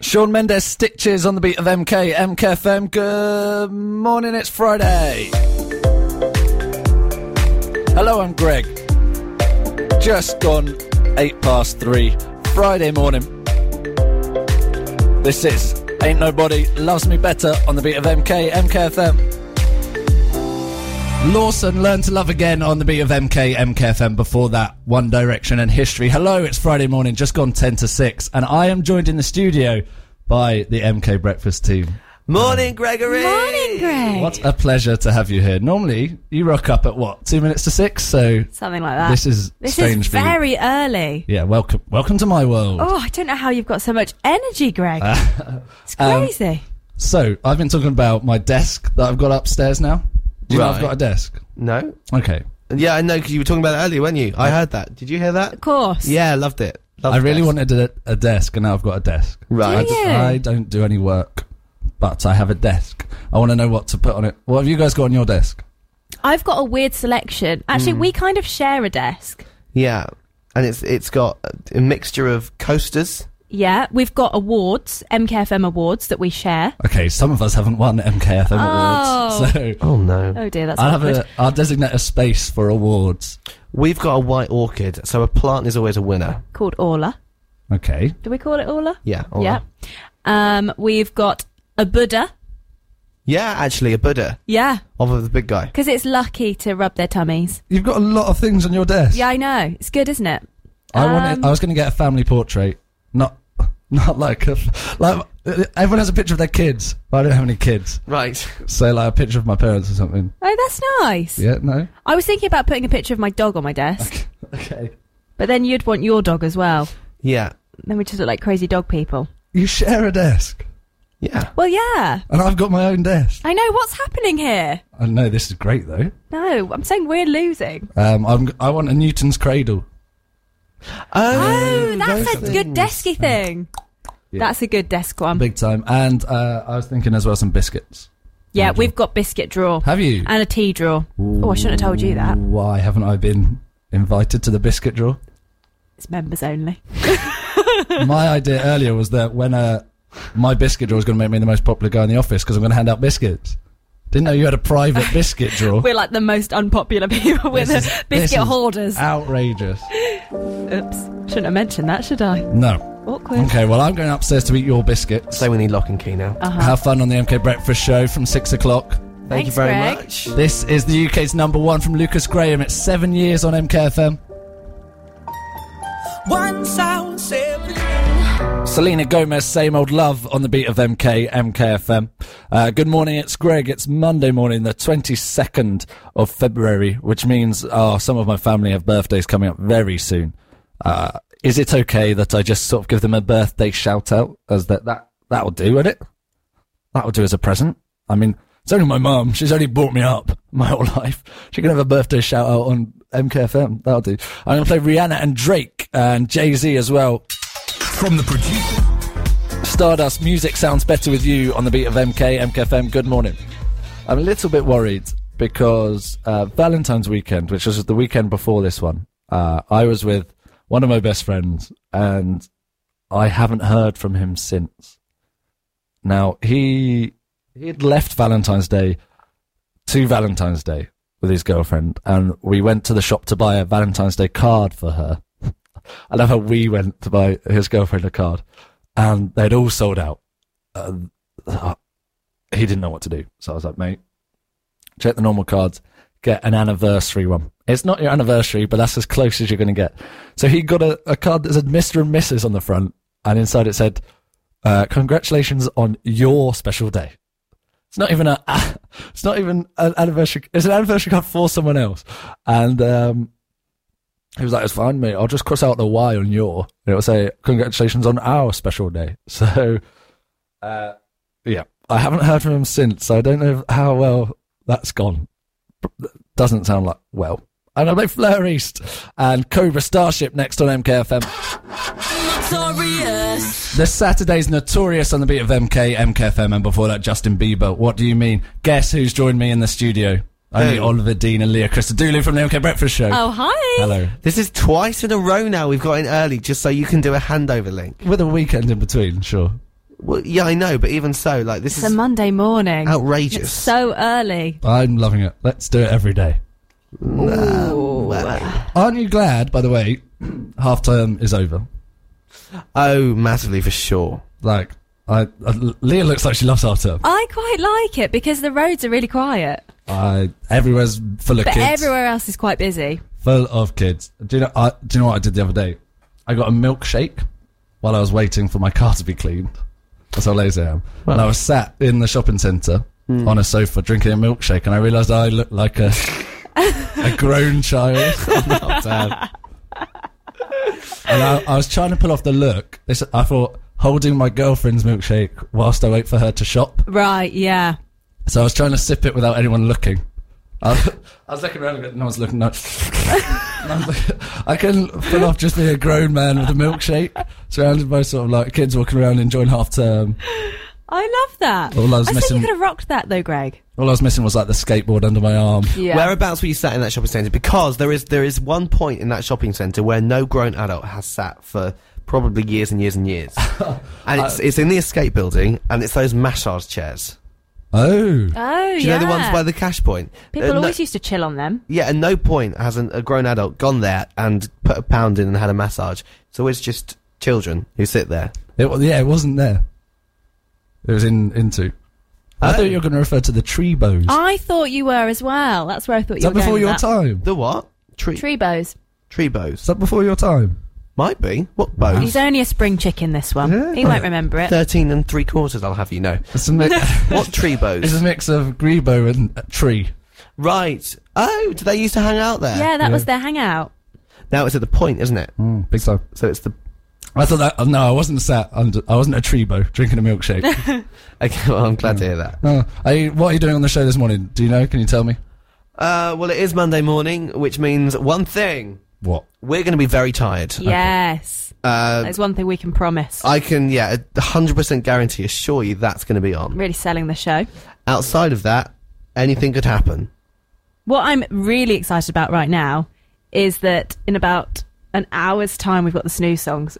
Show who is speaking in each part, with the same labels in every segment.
Speaker 1: Sean Mendes Stitches on the beat of MK, MKFM. Good morning, it's Friday. Hello, I'm Greg. Just gone eight past three, Friday morning. This is Ain't Nobody Loves Me Better on the beat of MK, MKFM. Lawson, Learn to Love Again on the beat of MK, MKFM. Before that, One Direction and History. Hello, it's Friday morning, just gone 10 to 6, and I am joined in the studio by the MK Breakfast team.
Speaker 2: Morning, Gregory.
Speaker 3: Morning, Greg.
Speaker 1: What a pleasure to have you here. Normally, you rock up at what, two minutes to six? So
Speaker 3: Something like that.
Speaker 1: This is
Speaker 3: this
Speaker 1: strange
Speaker 3: is
Speaker 1: for you.
Speaker 3: very early.
Speaker 1: Yeah, welcome, welcome to my world.
Speaker 3: Oh, I don't know how you've got so much energy, Greg. it's
Speaker 1: um,
Speaker 3: crazy.
Speaker 1: So I've been talking about my desk that I've got upstairs now. Do you know I've
Speaker 2: Right.
Speaker 1: got a desk?
Speaker 2: No.
Speaker 1: Okay.
Speaker 2: Yeah, I know because you were talking about it earlier, weren't you? I heard that. Did you hear that?
Speaker 3: of course.
Speaker 2: Yeah, loved it. Loved
Speaker 1: I really
Speaker 2: it.
Speaker 1: wanted a, a desk, and now I've got a desk.
Speaker 2: Right.
Speaker 1: I, d-
Speaker 3: you?
Speaker 1: I don't do any work, but I have a desk. I want to know what to put on it. What have you guys got on your desk?
Speaker 3: I've got a weird selection.
Speaker 1: Hmm.
Speaker 3: Actually, we kind of share a desk.
Speaker 2: Yeah, and it's it's got a mixture of coasters.
Speaker 3: Yeah, we've got awards, MKFM awards that we share.
Speaker 1: Okay, some of us haven't won MKFM
Speaker 3: Oh.
Speaker 1: awards, so
Speaker 2: Oh no.
Speaker 3: Oh dear, that's
Speaker 1: I'll have
Speaker 3: awkward.
Speaker 1: a. I'll designate a space for awards.
Speaker 2: We've got a white orchid, so a plant is always a winner.
Speaker 3: called Orla.
Speaker 1: Okay.
Speaker 3: Do we call it Orla?
Speaker 2: Yeah. all
Speaker 3: Yeah.
Speaker 2: right.
Speaker 3: Um, we've got a Buddha.
Speaker 2: Yeah, actually, a Buddha
Speaker 3: Yeah,
Speaker 2: of the big guy.
Speaker 3: because it's lucky to rub their tummies.
Speaker 1: You've got a lot of things on your desk.
Speaker 3: Yeah, I know. It's good, isn't it?
Speaker 1: I
Speaker 3: Um,
Speaker 1: wanted. I was going to get a family portrait, not not like a, like everyone has a picture of their kids, but I don't have any kids.
Speaker 2: Right.
Speaker 1: So like a picture of my parents or something.
Speaker 3: Oh, that's nice.
Speaker 1: Yeah, no.
Speaker 3: I was thinking about putting a picture of my dog on my desk.
Speaker 1: Okay.
Speaker 3: But then you'd want your dog as well.
Speaker 2: Yeah.
Speaker 3: Then we just look like crazy dog people.
Speaker 1: You share a desk,
Speaker 2: Yeah.
Speaker 3: Well, yeah.
Speaker 1: and I've got my own desk.
Speaker 3: I know what's happening here.
Speaker 1: I know this is great though.
Speaker 3: No, I'm saying we're losing.
Speaker 1: Um, I'm I want a Newton's cradle.
Speaker 3: Oh, that's a
Speaker 2: those
Speaker 3: good desky thing.
Speaker 1: Yeah.
Speaker 3: That's a good desk one.
Speaker 1: Big time, and uh, I was thinking as well some biscuits.
Speaker 3: yeah, we've got biscuit drawer
Speaker 1: Have you?
Speaker 3: and a tea drawer. Oh, I shouldn't have told you that.
Speaker 1: Why haven't I been invited to the biscuit drawer?
Speaker 3: It's members only.
Speaker 1: my idea earlier was that when uh, my biscuit drawer was going to make me the most popular guy in the office because I'm going to hand out biscuits. Didn't know you had a private biscuit drawer.
Speaker 3: We're like the most unpopular people. We're the
Speaker 1: This is- this
Speaker 3: biscuit
Speaker 1: is
Speaker 3: hoarders.
Speaker 1: Outrageous.
Speaker 3: Oops. Shouldn't have mentioned that, should I?
Speaker 1: No.
Speaker 3: Awkward.
Speaker 1: Okay, well, I'm going upstairs to eat your biscuits.
Speaker 2: So we need lock and key now.
Speaker 3: Uh-huh.
Speaker 1: Have fun on the MK Breakfast Show from 6 o'clock.
Speaker 2: Thank you
Speaker 3: Thanks,
Speaker 2: very
Speaker 3: Greg.
Speaker 2: much.
Speaker 1: This is the UK's number one from Lucas Graham. It's seven years on MKFM.
Speaker 4: Once I was every
Speaker 1: Selena Gomez, same old love on the beat of MK, MKFM. Uh, good morning, it's Greg. It's Monday morning, the 22nd of February, which means oh, some of my family have birthdays coming up very soon. Uh, is it okay that I just sort of give them a birthday shout out as that, that, that'll do, won't it? That'll do as a present. I mean, it's only my mum. She's only brought me up my whole life. She can have a birthday shout out on MKFM. That'll do. I'm going to play Rihanna and Drake and Jay Z as well.
Speaker 5: From the producer.
Speaker 1: Stardust music sounds better with you on the beat of MK MKFM. Good morning. I'm a little bit worried because uh, Valentine's weekend, which was the weekend before this one, uh, I was with one of my best friends, and I haven't heard from him since. Now he he had left Valentine's Day to Valentine's Day with his girlfriend, and we went to the shop to buy a Valentine's Day card for her. I love how we went to buy his girlfriend a card, and they'd all sold out. Uh, uh, he didn't know what to do, so I was like, "Mate, check the normal cards, get an anniversary one. It's not your anniversary, but that's as close as you're going to get." So he got a, a card that said "Mr. and Mrs." on the front, and inside it said, uh, "Congratulations on your special day." It's not even a. It's not even an anniversary. It's an anniversary card for someone else, and um, he was like, it's fine, mate. I'll just cross out the Y on your. And it'll say, congratulations on our special day. So, uh, yeah, I haven't heard from him since. So I don't know how well that's gone. B- Doesn't sound like well. And I play Fleur East and Cobra Starship next on MKFM.
Speaker 4: notorious.
Speaker 1: This Saturday's Notorious on the beat of MK, MKFM, and before that, Justin Bieber. What do you mean? Guess who's joined me in the studio? Only
Speaker 2: Who?
Speaker 1: Oliver Dean and Leah Christodoulou from the MK Breakfast Show.
Speaker 3: Oh, hi.
Speaker 1: Hello.
Speaker 2: This is twice in a row now. We've got in early just so you can do a handover link.
Speaker 1: With a weekend in between, sure.
Speaker 2: Well, yeah, I know, but even so, like this
Speaker 3: It's a
Speaker 2: is
Speaker 3: Monday morning.
Speaker 2: outrageous.
Speaker 3: It's so early.
Speaker 1: I'm loving it. Let's do it every day. Oh. Aren't you glad, by the way, half term is over?
Speaker 2: oh, massively for sure.
Speaker 1: Like, I, I Leah looks like she loves half term.
Speaker 3: I quite like it because the roads are really quiet,
Speaker 1: I everywhere's full of
Speaker 3: but
Speaker 1: kids,
Speaker 3: everywhere else is quite busy.
Speaker 1: full of kids. Do you know? I, do you know what I did the other day? I got a milkshake while I was waiting for my car to be cleaned. That's how lazy I am. and I was sat in the shopping centre on a sofa drinking a milkshake, and I realised I looked like a a grown child. and I, I was trying to pull off the look. This, I thought holding my girlfriend's milkshake whilst I wait for her to shop.
Speaker 3: Right? Yeah.
Speaker 1: So I was trying to sip it without anyone looking. I was, I was looking around, and no one's looking. No. And I, was like, I couldn't pull off just being a grown man with a milkshake, surrounded by sort of like kids walking around enjoying half term.
Speaker 3: I love that.
Speaker 1: All I was
Speaker 3: I think
Speaker 1: missing-
Speaker 3: you could have rocked that though, Greg.
Speaker 1: All I was missing was like the skateboard under my arm.
Speaker 3: Yeah.
Speaker 2: Whereabouts were you sat in that shopping centre? Because there is there is one point in that shopping centre where no grown adult has sat for probably years and years and years, and it's
Speaker 3: Uh,
Speaker 2: it's in the escape building, and it's those massage chairs.
Speaker 1: Oh,
Speaker 3: oh,
Speaker 2: Do you
Speaker 3: yeah.
Speaker 2: know the ones by the cash point?
Speaker 3: People
Speaker 2: Uh, no-
Speaker 3: always used to chill on them.
Speaker 2: yeah, at no point has an, a grown adult gone there and put a pound in and had a massage. It's always just children who sit there.
Speaker 1: it, wa- yeah, it wasn't there. It was in into. I
Speaker 3: Oh.
Speaker 1: thought you were going to refer to the tree bows.
Speaker 3: I thought you were as well. That's where I thought
Speaker 1: Is
Speaker 3: Oh, you
Speaker 1: that
Speaker 3: were.
Speaker 1: before
Speaker 3: going
Speaker 1: your
Speaker 3: with that.
Speaker 1: time?
Speaker 2: The what? Tree
Speaker 3: Tree bows.
Speaker 2: tree bows.
Speaker 1: Is that before your time?
Speaker 2: Might be. What bows?
Speaker 3: He's only a spring chicken. This one.
Speaker 1: Yeah.
Speaker 3: He won't remember it.
Speaker 2: 13 and three quarters, I'll have you know.
Speaker 1: It's a mix.
Speaker 2: What tree
Speaker 1: it's a
Speaker 2: bows?
Speaker 1: mix of grebo and uh, tree.
Speaker 2: right. Oh, do they used to hang out there?
Speaker 3: Yeah, that
Speaker 1: Yeah.
Speaker 3: was their hangout.
Speaker 2: Now it's at the point, isn't it?
Speaker 1: Mm, big time.
Speaker 2: So it's the.
Speaker 1: I thought that. oh, No, I wasn't sat under. I wasn't a tree bow drinking a milkshake.
Speaker 2: Okay, well, I'm glad to hear that.
Speaker 1: Oh, are you, what are you doing on the show this morning? Do you know? Can you tell me?
Speaker 2: Uh, well, it is Monday morning, which means one thing.
Speaker 1: What?
Speaker 2: We're going to be very tired.
Speaker 3: Yes,
Speaker 2: Uh,
Speaker 3: that's one thing we can promise.
Speaker 2: I can, yeah, 100% guarantee, assure you that's going to be on.
Speaker 3: really selling the show.
Speaker 2: Outside of that, anything could happen.
Speaker 3: What I'm really excited about right now is that in about an hour's time, we've got the snooze songs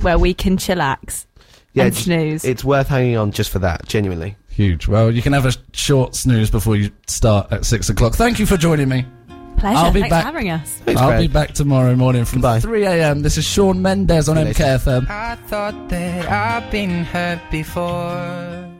Speaker 3: where we can chillax
Speaker 2: Hmm. Yeah,
Speaker 3: and
Speaker 2: it's-
Speaker 3: snooze.
Speaker 2: It's worth hanging on just for that, genuinely.
Speaker 1: Huge. Well, you can have a sh- short snooze before you start at six o'clock. Thank you for joining me.
Speaker 3: Pleasure.
Speaker 1: I'll be
Speaker 3: Thanks
Speaker 1: back.
Speaker 3: for having us.
Speaker 2: Thanks,
Speaker 1: I'll
Speaker 2: Brad.
Speaker 1: be back tomorrow morning from
Speaker 2: Goodbye.
Speaker 1: 3 a.m. This is Sean Mendez on
Speaker 2: See you later.
Speaker 1: MKFM.
Speaker 6: I thought that I've been hurt before.